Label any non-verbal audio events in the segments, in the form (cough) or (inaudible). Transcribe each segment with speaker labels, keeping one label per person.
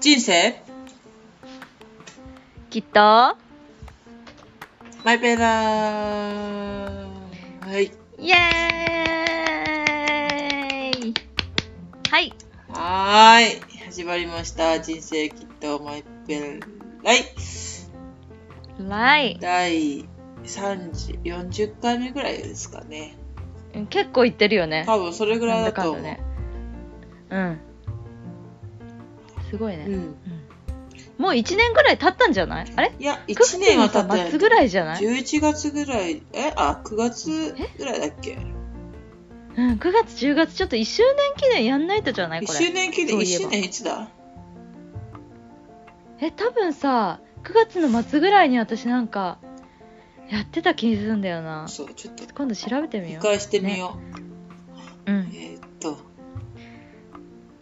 Speaker 1: 人生
Speaker 2: きっと
Speaker 1: マイペーだーはい。
Speaker 2: イエーイはい
Speaker 1: はーい。始まりました。人生きっとマイペーライ。
Speaker 2: ライ
Speaker 1: 第30、40回目ぐらいですかね。
Speaker 2: 結構いってるよね
Speaker 1: 多分それぐらいだと思う。
Speaker 2: なんだかんだねうんすごいね、
Speaker 1: うん。
Speaker 2: うんもう1年ぐらい経ったんじゃないあれ
Speaker 1: いや、1年は経った
Speaker 2: 9月のさ末ぐらいじゃない、
Speaker 1: 11月ぐらい、えあ、9月ぐらいだっけ
Speaker 2: うん、9月10月ちょっと1周年記念やんないとじゃない
Speaker 1: ?1
Speaker 2: こ
Speaker 1: 周
Speaker 2: れ
Speaker 1: 年記念、
Speaker 2: そう
Speaker 1: 1
Speaker 2: いえば
Speaker 1: 周年いつだ
Speaker 2: え多分さ9月の末ぐらいに私なんかやってた気するんだよな
Speaker 1: そう、ちょっと、
Speaker 2: 今度調べてみ
Speaker 1: 一
Speaker 2: よ
Speaker 1: 回してみよ
Speaker 2: ううん
Speaker 1: う。えーっと、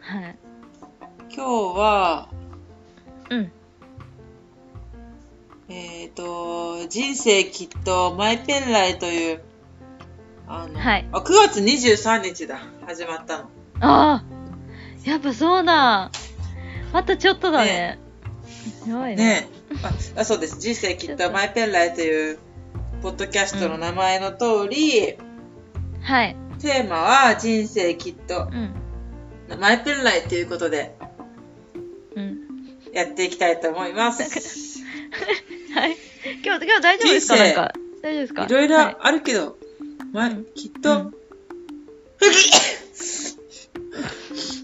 Speaker 2: はい
Speaker 1: 今日は、
Speaker 2: うん
Speaker 1: えっ、と、人生きっとマイペンライという、あの、
Speaker 2: はい
Speaker 1: あ9月23日だ、始まったの。
Speaker 2: ああやっぱそうだあとちょっとだねすごいね
Speaker 1: ねえああそうです。人生きっとマイペンライという、ポッドキャストの名前の通り、
Speaker 2: はい
Speaker 1: テーマは人生きっと
Speaker 2: うん
Speaker 1: マイペンライということで
Speaker 2: うん
Speaker 1: やっていきたいと思い
Speaker 2: (laughs)
Speaker 1: ます。
Speaker 2: はい今日今日大丈夫ですか
Speaker 1: 人
Speaker 2: な
Speaker 1: 生
Speaker 2: んか大丈夫ですか
Speaker 1: いろい
Speaker 2: はい
Speaker 1: ろあるけど、ま
Speaker 2: うん
Speaker 1: きっ
Speaker 2: う
Speaker 1: と、 (laughs)
Speaker 2: ん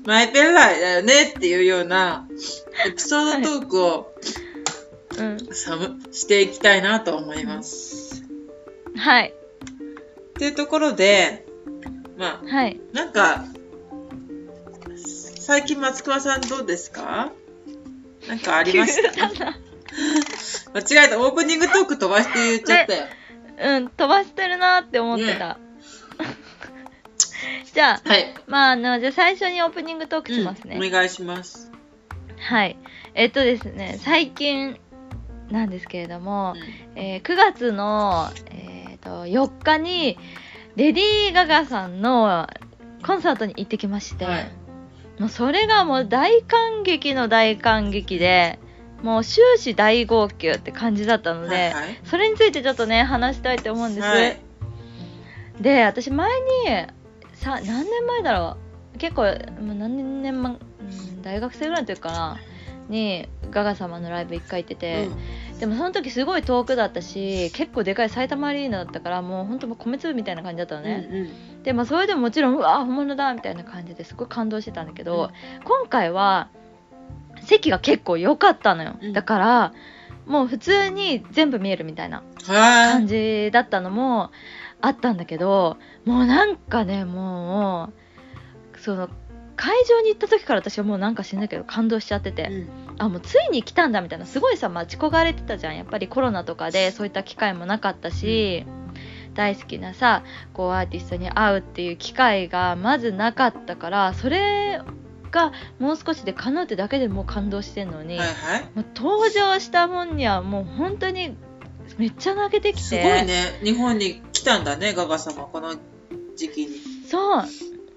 Speaker 1: マイペンライだよねっていうようなエピソードトークを
Speaker 2: うん
Speaker 1: さむしていきたいなと思います。
Speaker 2: はい
Speaker 1: っていうところで、まあ、
Speaker 2: はい
Speaker 1: なんか、最近松倉さんどうですかなんかありました
Speaker 2: 急だな
Speaker 1: 間違えた。オープニングトーク飛ばして言っちゃったよ。
Speaker 2: (laughs) うん飛ばしてるなって思ってた、 (laughs) じゃあ
Speaker 1: はい。
Speaker 2: まああのじゃあ最初にオープニングトークしますね、
Speaker 1: うんお願いします。
Speaker 2: はいえっとですね最近なんですけれども
Speaker 1: う、ん
Speaker 2: えー9月の、えー、と4日にレディー・ガガさんのコンサートに行ってきまして、
Speaker 1: はい
Speaker 2: もうそれがもう大感激の大感激でもう終始大号泣って感じだったので、
Speaker 1: はいはい
Speaker 2: それについてちょっとね話したいと思うんです、
Speaker 1: はい
Speaker 2: で私前にさ何年前だろう結構もう何年前うん大学生ぐらいの時かなにガガ様のライブ1回行ってて、
Speaker 1: うん
Speaker 2: でもその時すごい遠くだったし結構でかい埼玉アリーナだったからもうほんともう米粒みたいな感じだったのね、
Speaker 1: うんうん
Speaker 2: でまあそれでももちろんうわ本物だみたいな感じですごい感動してたんだけど、今回は席が結構良かったのよ、
Speaker 1: うん
Speaker 2: だからもう普通に全部見えるみたいな
Speaker 1: は
Speaker 2: 感
Speaker 1: い。
Speaker 2: じだったのもあったんだけどもうなんかねもうその会場に行った時から私はもうなんか知んないけど感動しちゃってて、
Speaker 1: うん
Speaker 2: あもうついに来たんだみたいなすごいさ待ち焦がれてたじゃんやっぱりコロナとかでそういった機会もなかったし、大好きなさこうアーティストに会うっていう機会がまずなかったからそれがもう少しで叶うってだけでもう感動してんのに、
Speaker 1: はいはい。
Speaker 2: もう登場したもんにはもう本当にめっちゃ泣けてきて
Speaker 1: すごいね。日本に来たんだね、ガガ様、この時期に。
Speaker 2: そう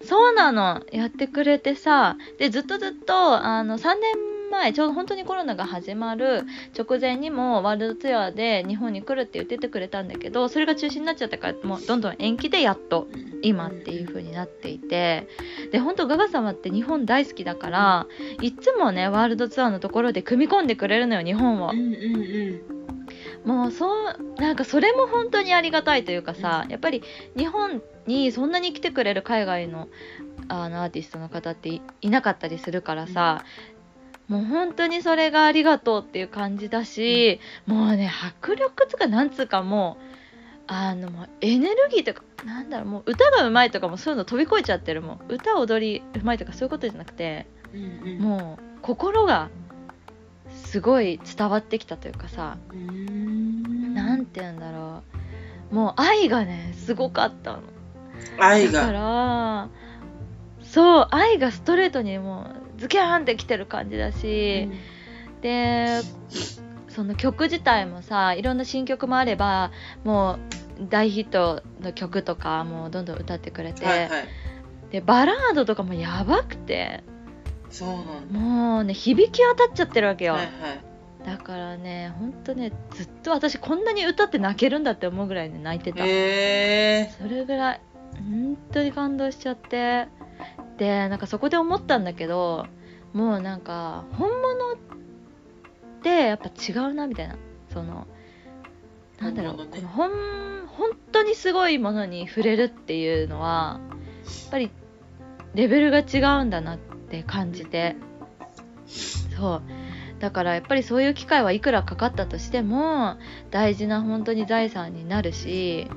Speaker 2: そうなのやってくれてさでずっとずっとあの3年前ちょうど本当にコロナが始まる直前にもワールドツアーで日本に来るって言っててくれたんだけどそれが中止になっちゃったからもうどんどん延期でやっと今っていう風になっていてで本当ガガ様って日本大好きだからいつもねワールドツアーのところで組み込んでくれるのよ日本を
Speaker 1: う。んうんうん。
Speaker 2: もうそうなんかそれも本当にありがたいというかさやっぱり日本にそんなに来てくれる海外のあのアーティストの方っていいなかったりするからさ、もう本当にそれがありがとうっていう感じだし、もうね迫力つうかなんつうかもうあのもうエネルギーとかなんだろうもう歌がうまいとかもそういうの飛び越えちゃってるもう歌踊りうまいとかそういうことじゃなくて
Speaker 1: うんうん
Speaker 2: もう心がすごい伝わってきたというかさ、
Speaker 1: うーん
Speaker 2: なんて言うんだろうもう愛がねすごかったの
Speaker 1: 愛
Speaker 2: だか
Speaker 1: が。
Speaker 2: らそう愛がストレートにもうズキャーンってきてる感じだし、でその曲自体もさいろんな新曲もあればもう大ヒットの曲とかもうどんどん歌ってくれて、
Speaker 1: はいはい。
Speaker 2: でバラードとかもやばくて
Speaker 1: そうなんだ。
Speaker 2: もうね響き当たっちゃってるわけよ、
Speaker 1: はいはい。
Speaker 2: だからねほんとねずっと私こんなに歌って泣けるんだって思うぐらいね泣いてた、
Speaker 1: へえ
Speaker 2: それぐらい本当に感動しちゃってでなんかそこで思ったんだけどもうなんか本物ってやっぱ違うなみたいなそのなんだろう、
Speaker 1: 本物ね
Speaker 2: この本本当にすごいものに触れるっていうのはやっぱりレベルが違うんだなって感じてそうだからやっぱりそういう機会はいくらかかったとしても大事な本当に財産になるし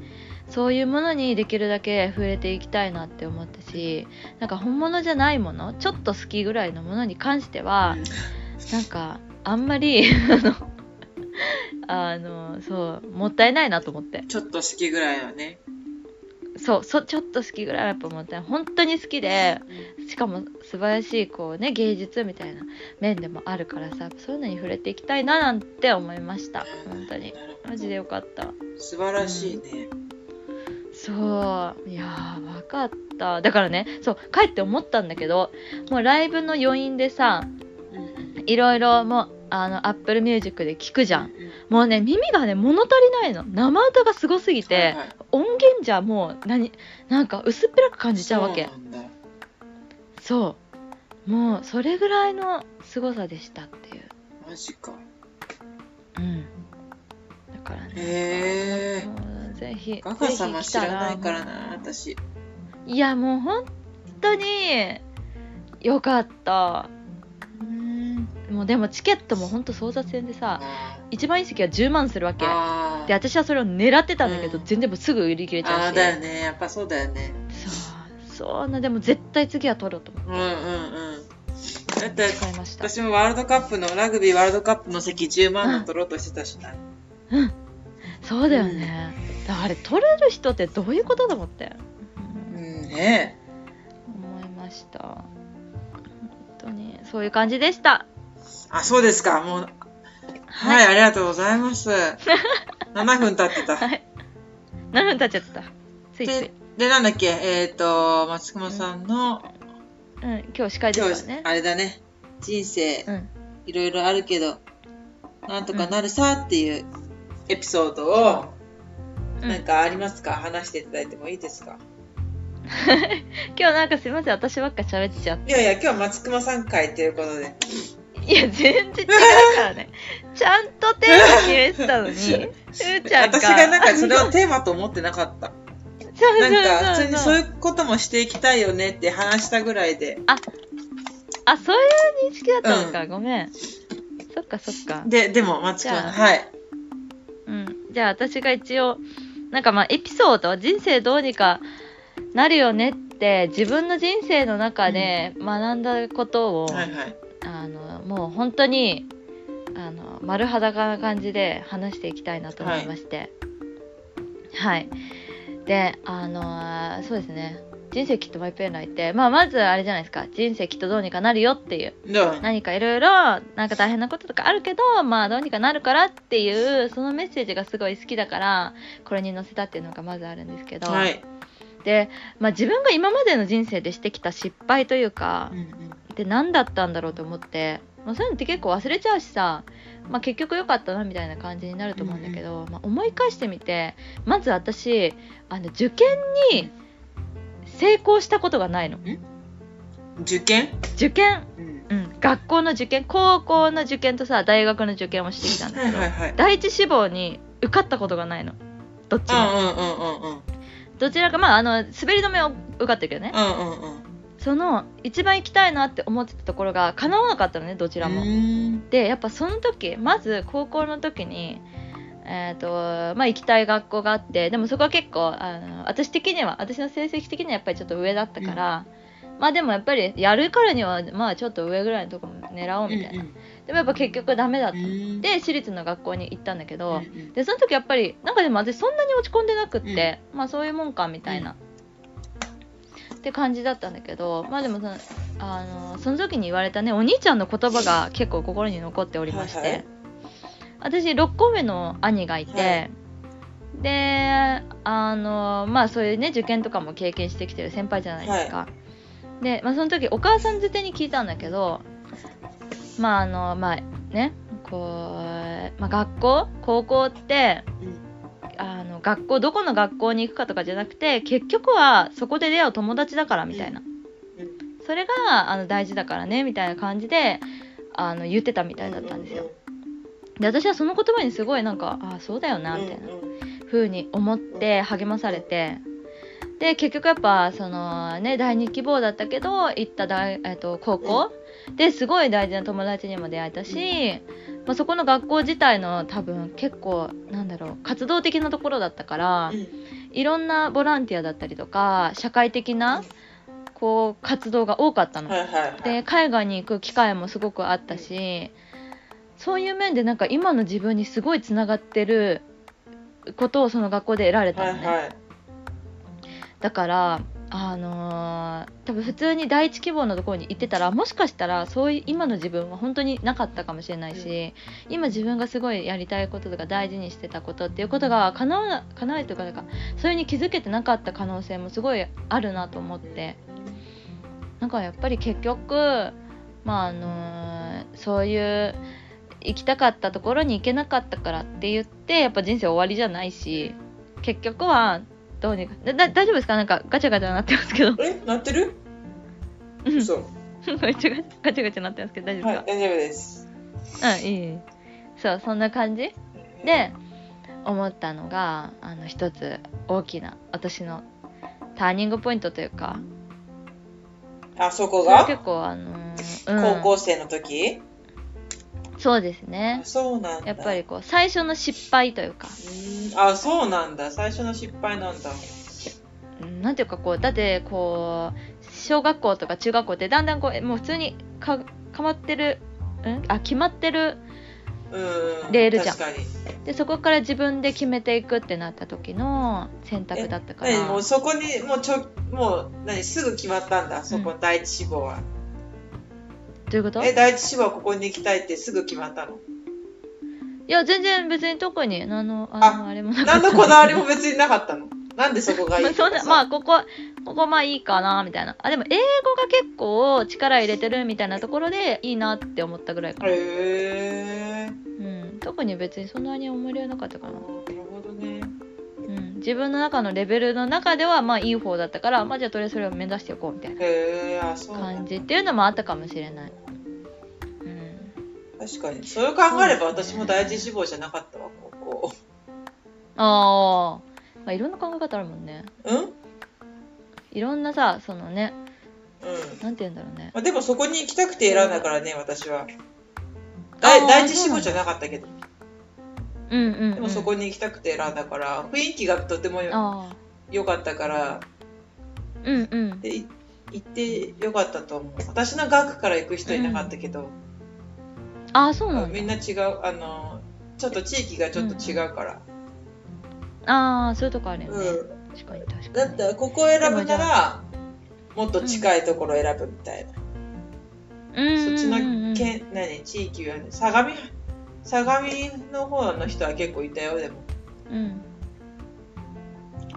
Speaker 2: そういうものにできるだけ触れていきたいなって思ったしなんか本物じゃないものちょっと好きぐらいのものに関してはなんかあんまりあのあのそうもったいないなと思って
Speaker 1: ちょっと好きぐらいはね。
Speaker 2: そうそちょっと好きぐらいはやっぱ思った本当に好きでしかも素晴らしいこうね芸術みたいな面でもあるからさそういうのに触れていきたいななんて思いました本当に
Speaker 1: なるほど
Speaker 2: マジでよかった
Speaker 1: 素晴らしいね。
Speaker 2: そういやーわかっただからねそう帰って思ったんだけどもうライブの余韻でさ
Speaker 1: うん
Speaker 2: いろいろもうあの Apple Music で聞くじゃ
Speaker 1: う
Speaker 2: ん
Speaker 1: ん
Speaker 2: もうね耳がね物足りないの生歌がすごすぎて、
Speaker 1: はいはい
Speaker 2: 音源じゃもう何なんか薄っぺらく感じちゃうわけ
Speaker 1: そうなんだ
Speaker 2: そうもうそれぐらいの凄さでしたっていう
Speaker 1: マジか。
Speaker 2: うんだからね
Speaker 1: へえ。
Speaker 2: もうぜひ
Speaker 1: ガガ様
Speaker 2: ぜひ
Speaker 1: 知
Speaker 2: 来た
Speaker 1: らないからな、私。
Speaker 2: いやもう本当によかった
Speaker 1: うん。
Speaker 2: もうでもチケットも本当争奪戦でさ
Speaker 1: あ
Speaker 2: 一番いい席は10万するわけ
Speaker 1: あ
Speaker 2: で。私はそれを狙ってたんだけど、
Speaker 1: うん
Speaker 2: 全然もうすぐ売り切れち
Speaker 1: ああ
Speaker 2: ゃうし
Speaker 1: だよね。やっぱそうだよね。
Speaker 2: そうそうなでも絶対次は取ろうと思って
Speaker 1: うんうんうん。だって
Speaker 2: 買いました
Speaker 1: 私もワールドカップのラグビーワールドカップの席10万の取ろうとしてたしな。
Speaker 2: そうだよね、だからあれ取れる人ってどういうことだもって、
Speaker 1: うんね
Speaker 2: 思いました本当にそういう感じでした
Speaker 1: え。あそうですか。もうはい、ありがとうござい
Speaker 2: (laughs)
Speaker 1: ます。7分経ってた。
Speaker 2: はい何分経っちゃったついつい
Speaker 1: で、、でなんだっけ、えっ、と、松隈さんの、
Speaker 2: うん、今日司会で
Speaker 1: 今
Speaker 2: す
Speaker 1: 日、
Speaker 2: からね
Speaker 1: あれだね、人生
Speaker 2: う、ん
Speaker 1: いろいろあるけど、なんとかなるさっていうエピソードを、
Speaker 2: うん
Speaker 1: なんかありますか話していただいてもいいですか
Speaker 2: 今日なんかすいません私ばっか喋っち
Speaker 1: (laughs)
Speaker 2: ゃっ
Speaker 1: いやいや、今日は松隈さん会ということで。
Speaker 2: ていや全然違うからねちゃんとテーマ決めて
Speaker 1: (laughs)
Speaker 2: たのにうーちゃんが
Speaker 1: 私がなんかそれをテーマと思ってなか
Speaker 2: (laughs)
Speaker 1: った。
Speaker 2: そうそうそう
Speaker 1: なんか普通にそう
Speaker 2: う
Speaker 1: いうこともしていきたいよねって話したぐらいで。
Speaker 2: あそういう認識だったのか、
Speaker 1: う
Speaker 2: ごめんそっかそっか
Speaker 1: で、でも松隈さん、
Speaker 2: じゃあ
Speaker 1: はい。
Speaker 2: うん、じゃあ私が一応なんかまあエピソード人生どうにかなるよねって自分の人生の中で学んだことを、
Speaker 1: はいはい。
Speaker 2: あのもう本当にあの丸裸な感じで話していきたいなと思いましてはい、であのそうですね人生きっとマイペンライって、まあ、まずあれじゃないですか人生きっとどうにかなるよっていう
Speaker 1: どう
Speaker 2: 何かいろいろなんか大変なこととかあるけどまあどうにかなるからっていうそのメッセージがすごい好きだからこれに載せたっていうのがまずあるんですけど、
Speaker 1: はい。
Speaker 2: で、まあ、自分が今までの人生でしてきた失敗というか
Speaker 1: うんうん
Speaker 2: で何だったんだろうと思って、まあ、そういうのって結構忘れちゃうしさ、まあ、結局良かったなみたいな感じになると思うんだけど、まあ、思い返してみてまず私あの受験に成功したことがないの
Speaker 1: 受験
Speaker 2: 受験
Speaker 1: うん。
Speaker 2: うん、学校の受験高校の受験とさ大学の受験をしてきたんだ
Speaker 1: はい
Speaker 2: けど
Speaker 1: はいはい。
Speaker 2: (laughs) 第一志望に受かったことがないのどっちも、
Speaker 1: うんうんうんうん。
Speaker 2: どちらかまああの滑り止めを受かってるけどね
Speaker 1: うんうんうん。
Speaker 2: その一番行きたいなって思ってたところが叶わなかったのねどちらも、
Speaker 1: うーん
Speaker 2: でやっぱその時まず高校の時にえーとまあ、行きたい学校があってでもそこは結構あの私的には私の成績的にはやっぱりちょっと上だったから、まあでもやっぱりやるからにはまあちょっと上ぐらいのとこも狙おうみたいな、でもやっぱ結局ダメだっ
Speaker 1: う
Speaker 2: た、
Speaker 1: ん
Speaker 2: で私立の学校に行ったんだけ
Speaker 1: うん
Speaker 2: ど、
Speaker 1: うん
Speaker 2: でその時やっぱりなんかでも私そんなに落ち込んでなくって、まあそういうもんかみたいな、って感じだったんだけどまあでもそのあのその時に言われたねお兄ちゃんの言葉が結構心に残っておりまして、
Speaker 1: はいはい
Speaker 2: 私6個目の兄がいて、
Speaker 1: はい
Speaker 2: であのまあそういうね受験とかも経験してきてる先輩じゃないですか。で、まあ、その時お母さんづてに聞いたんだけどまああのまあねこう、まあ、学校高校ってあの学校どこの学校に行くかとかじゃなくて結局はそこで出会う友達だからみたいなそれがあの大事だからねみたいな感じであの言ってたみたいだったんですよ。で私はその言葉にすごいなんかああそうだよなみたいな風に思って励まされてで結局やっぱそのね第二希望だったけど行った大、えっと高校ですごい大事な友達にも出会えたし、まあ、そこの学校自体の多分結構なんだろう活動的なところだったからいろんなボランティアだったりとか社会的なこう活動が多かったの。
Speaker 1: はいはいはい
Speaker 2: で海外に行く機会もすごくあったしそういう面でなんか今の自分にすごいつながってることをその学校で得られた
Speaker 1: は
Speaker 2: の
Speaker 1: い
Speaker 2: ね、
Speaker 1: はい
Speaker 2: だからあのー多分普通に第一希望のところに行ってたらもしかしたらそういう今の自分は本当になかったかもしれないし、今自分がすごいやりたいこととか大事にしてたことっていうことが叶わな叶わないというかなんかそれに気づけてなかった可能性もすごいあるなと思って。なんかやっぱり結局まああのーそういう行きたかったところに行けなかったからって言ってやっぱ人生終わりじゃないし結局はどうにかだだ大丈夫ですかなんかガチャガチャなってますけど (laughs)
Speaker 1: えなってる
Speaker 2: うん
Speaker 1: そう
Speaker 2: ガチャガチャガチャガチャなってますけど大丈夫
Speaker 1: はい
Speaker 2: で
Speaker 1: 大丈夫です
Speaker 2: すか、うんいいいいそうそんな感じで思ったのがあの一つ大きな私のターニングポイントというか
Speaker 1: あそこ
Speaker 2: それは
Speaker 1: が
Speaker 2: 結構あのーうん
Speaker 1: 高校生の時
Speaker 2: そうですね
Speaker 1: あそうなんだ
Speaker 2: やっぱりこう最初の失敗というか
Speaker 1: うーんあそうなんだ最初の失敗なんだ
Speaker 2: うんなんていうかこうだってこう小学校とか中学校ってだんだんこうえもう普通にかかまってるんあ決まってる
Speaker 1: うん
Speaker 2: レールじゃん
Speaker 1: 確かに
Speaker 2: でそこから自分で決めていくってなった時の選択だったから
Speaker 1: 何もうそこにもうちょもう何すぐ決まったんだそこ、
Speaker 2: う
Speaker 1: 第一志望は
Speaker 2: どういうこと
Speaker 1: え第一志望はここに行きたいってすぐ決まったの (laughs)
Speaker 2: いや全然別に特に何のあのあれもなか
Speaker 1: 何
Speaker 2: った
Speaker 1: のこだわりも別になかったのなんでそこがいい
Speaker 2: ま
Speaker 1: と
Speaker 2: あ
Speaker 1: か
Speaker 2: (laughs)
Speaker 1: さ
Speaker 2: そんなまあここここまあいいかなみたいなあでも英語が結構力入れてるみたいなところでいいなって思ったぐらいかな、
Speaker 1: へえ
Speaker 2: うん、特に別にそんなに思い入れはなかったかな
Speaker 1: なるほどね
Speaker 2: うん、自分の中のレベルの中ではまあいい方だったから、まあ、じゃあとりあえずそれを目指していこうみたいな
Speaker 1: へえあそうなん
Speaker 2: 感
Speaker 1: だ
Speaker 2: じっていうのもあったかもしれない、うん、
Speaker 1: 確かにそれを考えれば
Speaker 2: そうです
Speaker 1: 私
Speaker 2: ね
Speaker 1: も第一志望じゃなかったわ高校
Speaker 2: あー、まあいろんな考え方あるもんね
Speaker 1: うんうん
Speaker 2: いろんなさそのねなんて言うんだろうね
Speaker 1: まあ、でもそこに行きたくて選んだからね私は
Speaker 2: あ
Speaker 1: 第
Speaker 2: ー
Speaker 1: 第一志望じゃなかったけど
Speaker 2: うんうん、うん、
Speaker 1: でもそこに行きたくて選んだから雰囲気がとてもよ
Speaker 2: あ
Speaker 1: 良かったから
Speaker 2: あうんうん
Speaker 1: でい行って良かったと思う私の学から行く人いなかったけど、
Speaker 2: ああそうなん
Speaker 1: み
Speaker 2: だ
Speaker 1: んな違うあのちょっと地域がちょっと違うから、
Speaker 2: ああそういうとこあるよ
Speaker 1: う
Speaker 2: ね、
Speaker 1: ん
Speaker 2: 確かに確
Speaker 1: だ
Speaker 2: か
Speaker 1: っ
Speaker 2: に
Speaker 1: てここを選ぶならもっと近いところを選ぶみたいな、そっちの
Speaker 2: 県
Speaker 1: 県、何地域はね相模相模の方の人は結構いたよでも
Speaker 2: うんうん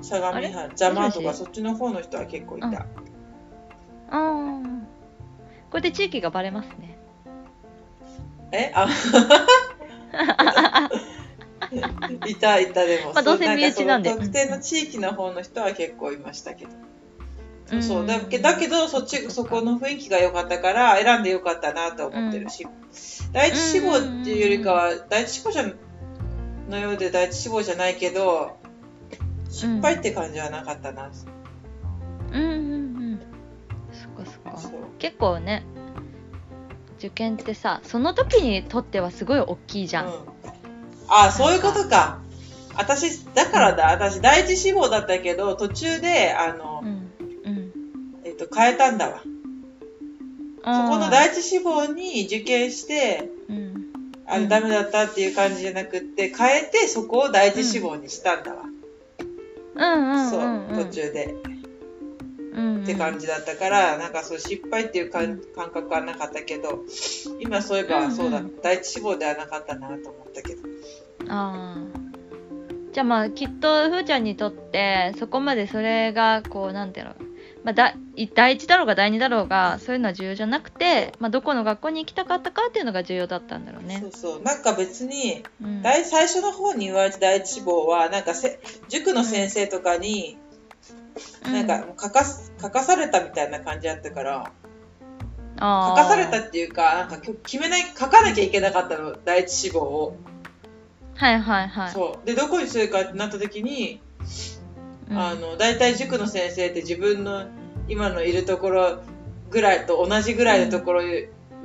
Speaker 1: 相模
Speaker 2: あれ
Speaker 1: 原邪魔と
Speaker 2: もしも
Speaker 1: か
Speaker 2: し
Speaker 1: そっちの方の人は結構いた、
Speaker 2: うんああこれで地域がバレますね
Speaker 1: えあ (laughs) いたいたでも、
Speaker 2: まあどうせ
Speaker 1: そ
Speaker 2: 身内なんで
Speaker 1: かその特定の地域の方の人は結構いましたけど、
Speaker 2: うん
Speaker 1: (laughs) そうだけだけどそっちそこの雰囲気が良かったから選んで良かったなと思ってるし、第一志望っていうよりかは第一志望じゃのようで第一志望じゃないけど失敗って感じはなかったな、
Speaker 2: うんうんうんそっかそっか
Speaker 1: そう
Speaker 2: 結構ね受験ってさその時にとってはすごい大きいじゃん、
Speaker 1: うん、ああそういうことか私だからだ私第一志望だったけど途中であの、
Speaker 2: うんうん、
Speaker 1: えっと、変えたんだわそこの
Speaker 2: 大
Speaker 1: 第一志望に受験して
Speaker 2: うん
Speaker 1: あ
Speaker 2: うん
Speaker 1: のダメだったっていう感じじゃなくって変えてそこを第一志望にしたんだわ、
Speaker 2: うんうん
Speaker 1: そう
Speaker 2: うんうん
Speaker 1: 途中で、
Speaker 2: うんうん
Speaker 1: って感じだったからなんかそう失敗っていうかん感覚はなかったけど今そういえ
Speaker 2: うんう
Speaker 1: ば
Speaker 2: ん
Speaker 1: そうだ、第一志望ではなかったなと思ったけど
Speaker 2: あーじゃあまあきっとふーちゃんにとってそこまでそれがこうなんていうのまあ、だ第一だろうが第二だろうがそういうのは重要じゃなくて、まあ、どこの学校に行きたかったかっていうのが重要だったんだろうね
Speaker 1: そ。うそうなんか別に
Speaker 2: うん
Speaker 1: 第最初の方に言われた第一志望はなんかせ塾の先生とかになんかもう書かす書かされたみたいな感じだったから書かされたっていうかなんかきょ決めない書かなきゃいけなかったの第一志望を、
Speaker 2: はいはいはい。
Speaker 1: そうでどこにするかってなった時に、
Speaker 2: うん
Speaker 1: あの大体塾の先生って自分の今のいるところぐらいと同じぐらいのところ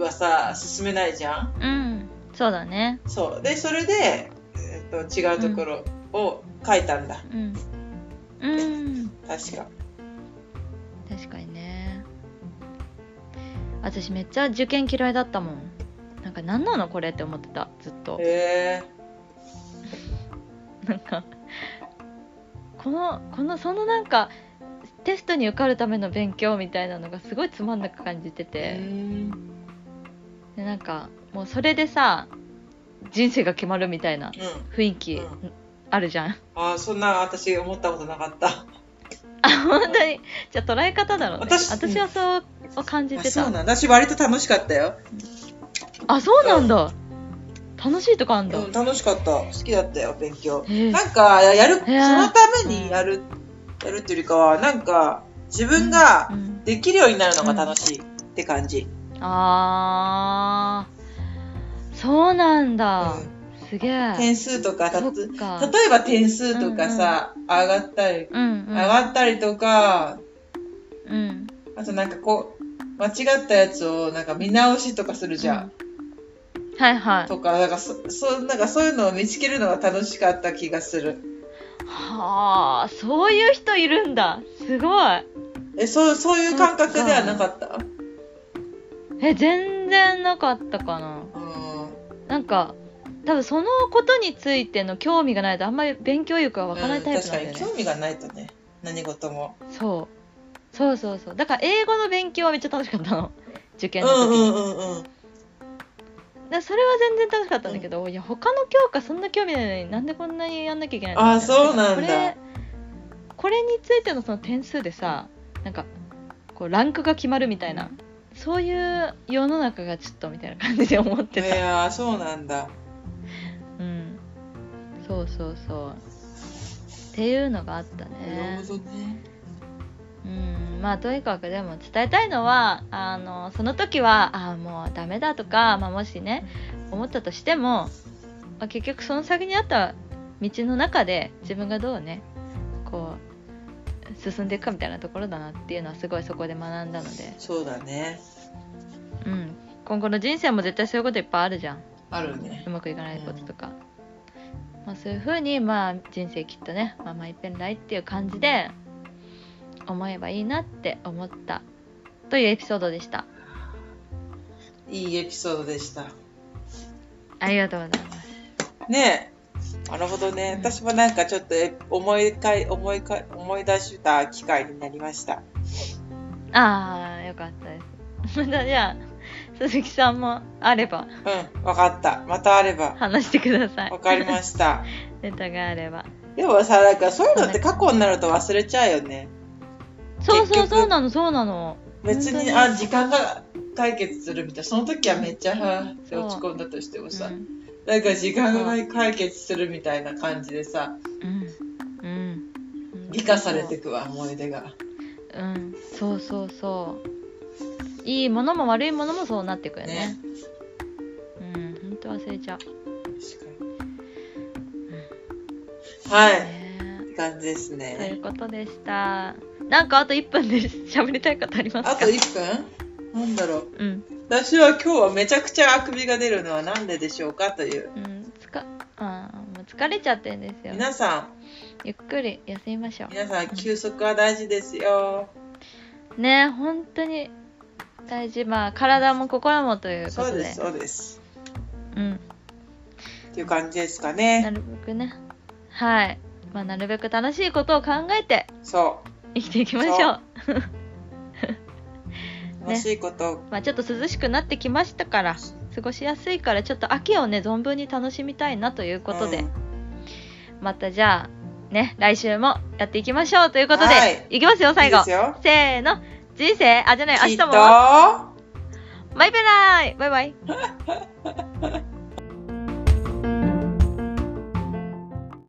Speaker 1: はさ進めないじゃん
Speaker 2: うん、そうだね。
Speaker 1: そうでそれで、えっと違うところを書いたんだ、
Speaker 2: うん。うん。
Speaker 1: 確か
Speaker 2: 確かにね。私めっちゃ受験嫌いだったもん。なんか何なのこれって思ってた、ずっと。
Speaker 1: へえ
Speaker 2: なんか、この、この、そのなんか、テストに受かるための勉強みたいなのがすごいつまんなく感じてて、
Speaker 1: うん
Speaker 2: でなんか、もうそれでさ、人生が決まるみたい
Speaker 1: う
Speaker 2: な
Speaker 1: ん
Speaker 2: 雰囲気
Speaker 1: うん
Speaker 2: あるじゃん。 (laughs)
Speaker 1: ああそんな私思ったことなかった
Speaker 2: あ、本当に。じゃあ捉え方だろうね。
Speaker 1: 私
Speaker 2: 私はそうを感じ
Speaker 1: あ
Speaker 2: て
Speaker 1: そう
Speaker 2: た。
Speaker 1: なんだ私割と楽しかったよ、
Speaker 2: あ、そうなんだ。楽しいとこあんだ。
Speaker 1: うん、楽しかった好きだったよ勉強
Speaker 2: へえ
Speaker 1: なんかやるそ
Speaker 2: へえ
Speaker 1: のためにやるやるっていうよりかはなんか自分が
Speaker 2: うん
Speaker 1: できるようになるのが楽しいって感じ、
Speaker 2: あーそうなんだ。
Speaker 1: うん
Speaker 2: すげえ。
Speaker 1: 点数とかた
Speaker 2: そ
Speaker 1: と
Speaker 2: っか。
Speaker 1: 例えば点数とかさ、上がったり
Speaker 2: うんう
Speaker 1: 上
Speaker 2: ん、
Speaker 1: がったりとか
Speaker 2: うん。
Speaker 1: あとなんかこう間違ったやつをなんか見直しとかするじゃん、
Speaker 2: うん。はいはい。
Speaker 1: とかなんかそそうなんかそういうのを見つけるのが楽しかった気がする
Speaker 2: はあ、そういう人いるんだ。すごい。
Speaker 1: えそうそういう感覚ではなかった
Speaker 2: え、全然なかったかな。
Speaker 1: うん
Speaker 2: なんか、多分そのことについての興味がないとあんまり勉強欲が湧かないタイプなんだよ
Speaker 1: うん
Speaker 2: ね。
Speaker 1: 確かに興味がないとね何事も
Speaker 2: そう。そうそうそう。だから英語の勉強はめっちゃ楽しかった
Speaker 1: (laughs)
Speaker 2: の。受
Speaker 1: う
Speaker 2: 験
Speaker 1: ん
Speaker 2: の時。
Speaker 1: うんうんうん
Speaker 2: だからそれは全然楽しかったんだけど、いや他の教科そんな興味ないのになんでこんなにやんなきゃいけないの
Speaker 1: あー
Speaker 2: みたい
Speaker 1: そうなんだ
Speaker 2: これこれについてのその点数でさなんかこうランクが決まるみたいなそういう世の中がちょっとみたいな感じで思って
Speaker 1: い
Speaker 2: た、
Speaker 1: やーそうなんだ
Speaker 2: うんそうそうそうっていうのがあった
Speaker 1: な
Speaker 2: ね
Speaker 1: るほどね
Speaker 2: うんまあとにかくでも伝えたいのはあのその時はああもうダメだとか、まあ、もしね思ったとしても、まあ、結局その先にあった道の中で自分がどうねこう進んでいくかみたいなところだなっていうのはすごいそこで学んだので、
Speaker 1: そうだね
Speaker 2: うん、今後の人生も絶対そういうこといっぱいあるじゃん
Speaker 1: あるね
Speaker 2: うまくいかないこととか、まあ、そういうふうに、まあ、人生きっとね、まあ、まあいっぺん来っていう感じで思えばいいなって思ったというエピソードでした
Speaker 1: いいエピソードでした
Speaker 2: ありがとうございます
Speaker 1: ねえなるほどね
Speaker 2: うん
Speaker 1: 私もなんかちょっとえ思いかい思いかい思い出した機会になりました
Speaker 2: あーよかったです (laughs) またじゃあ鈴木さんもあれば
Speaker 1: うんわかったまたあれば
Speaker 2: 話してください
Speaker 1: わかりました
Speaker 2: ネタがあれば
Speaker 1: でもさなんかそういうのって過去になると忘れちゃうよね
Speaker 2: そうそう
Speaker 1: 結局
Speaker 2: そうなのそうなの
Speaker 1: 別に
Speaker 2: 本当
Speaker 1: あ時間が解決するみたいなその時はめっちゃはーって
Speaker 2: そう
Speaker 1: 落ち込んだとしてもさ、
Speaker 2: うん
Speaker 1: なんか時間が解決するみたいな感じでさ
Speaker 2: うん、うん
Speaker 1: 美化されてくわ思い出が
Speaker 2: うんそうそうそういいものも悪いものもそうなってくよね
Speaker 1: ね
Speaker 2: うんほんと忘れちゃう
Speaker 1: 確かにはい
Speaker 2: ね
Speaker 1: って感じです
Speaker 2: とい
Speaker 1: ね
Speaker 2: うことでしたなんかあと1分で喋りたいことありますか
Speaker 1: あと1分なんだろう
Speaker 2: うん、
Speaker 1: 私は今日はめちゃくちゃあくびが出るのはなんででしょうかという
Speaker 2: うん、つかあーもう疲れちゃってるんですよ
Speaker 1: 皆さ
Speaker 2: ゆっくり休みましょ
Speaker 1: ん皆さん休息は大事ですよ
Speaker 2: うね本当に大事まあ体も心もというこ
Speaker 1: そ
Speaker 2: と
Speaker 1: う
Speaker 2: で
Speaker 1: ですそうです
Speaker 2: うん
Speaker 1: っていう感じですか
Speaker 2: な
Speaker 1: ね
Speaker 2: るべくねはい、まあ、なるべく楽しいことを考えて
Speaker 1: そ
Speaker 2: 生きていきましょう
Speaker 1: そうう楽しいことを
Speaker 2: まあちょっと涼しくなってきましたから過ごしやすいからちょっと秋をね存分に楽しみたいなということで、
Speaker 1: うん
Speaker 2: またじゃあね、来週もやっていきましょうということで、
Speaker 1: はい
Speaker 2: いきますよ、最後。
Speaker 1: いいですよ
Speaker 2: せーの、人生、あ、じゃない、明
Speaker 1: きっ
Speaker 2: 日
Speaker 1: と
Speaker 2: も、バイバイバイバイ